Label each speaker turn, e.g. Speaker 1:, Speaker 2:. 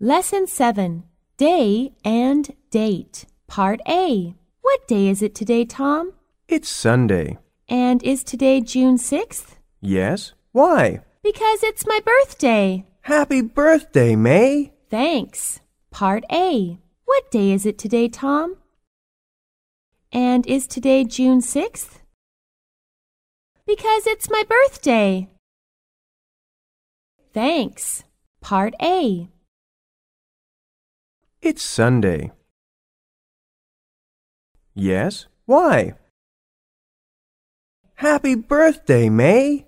Speaker 1: Lesson 7 Day and Date. Part A. What day is it today, Tom?
Speaker 2: It's Sunday.
Speaker 1: And is today June 6th?
Speaker 2: Yes? Why?
Speaker 1: Because it's my birthday.
Speaker 2: Happy birthday, May!
Speaker 1: Thanks. Part A. What day is it today, Tom? And is today June 6th? Because it's my birthday. Thanks. Part A.
Speaker 2: It's Sunday. Yes? Why? Happy birthday, May!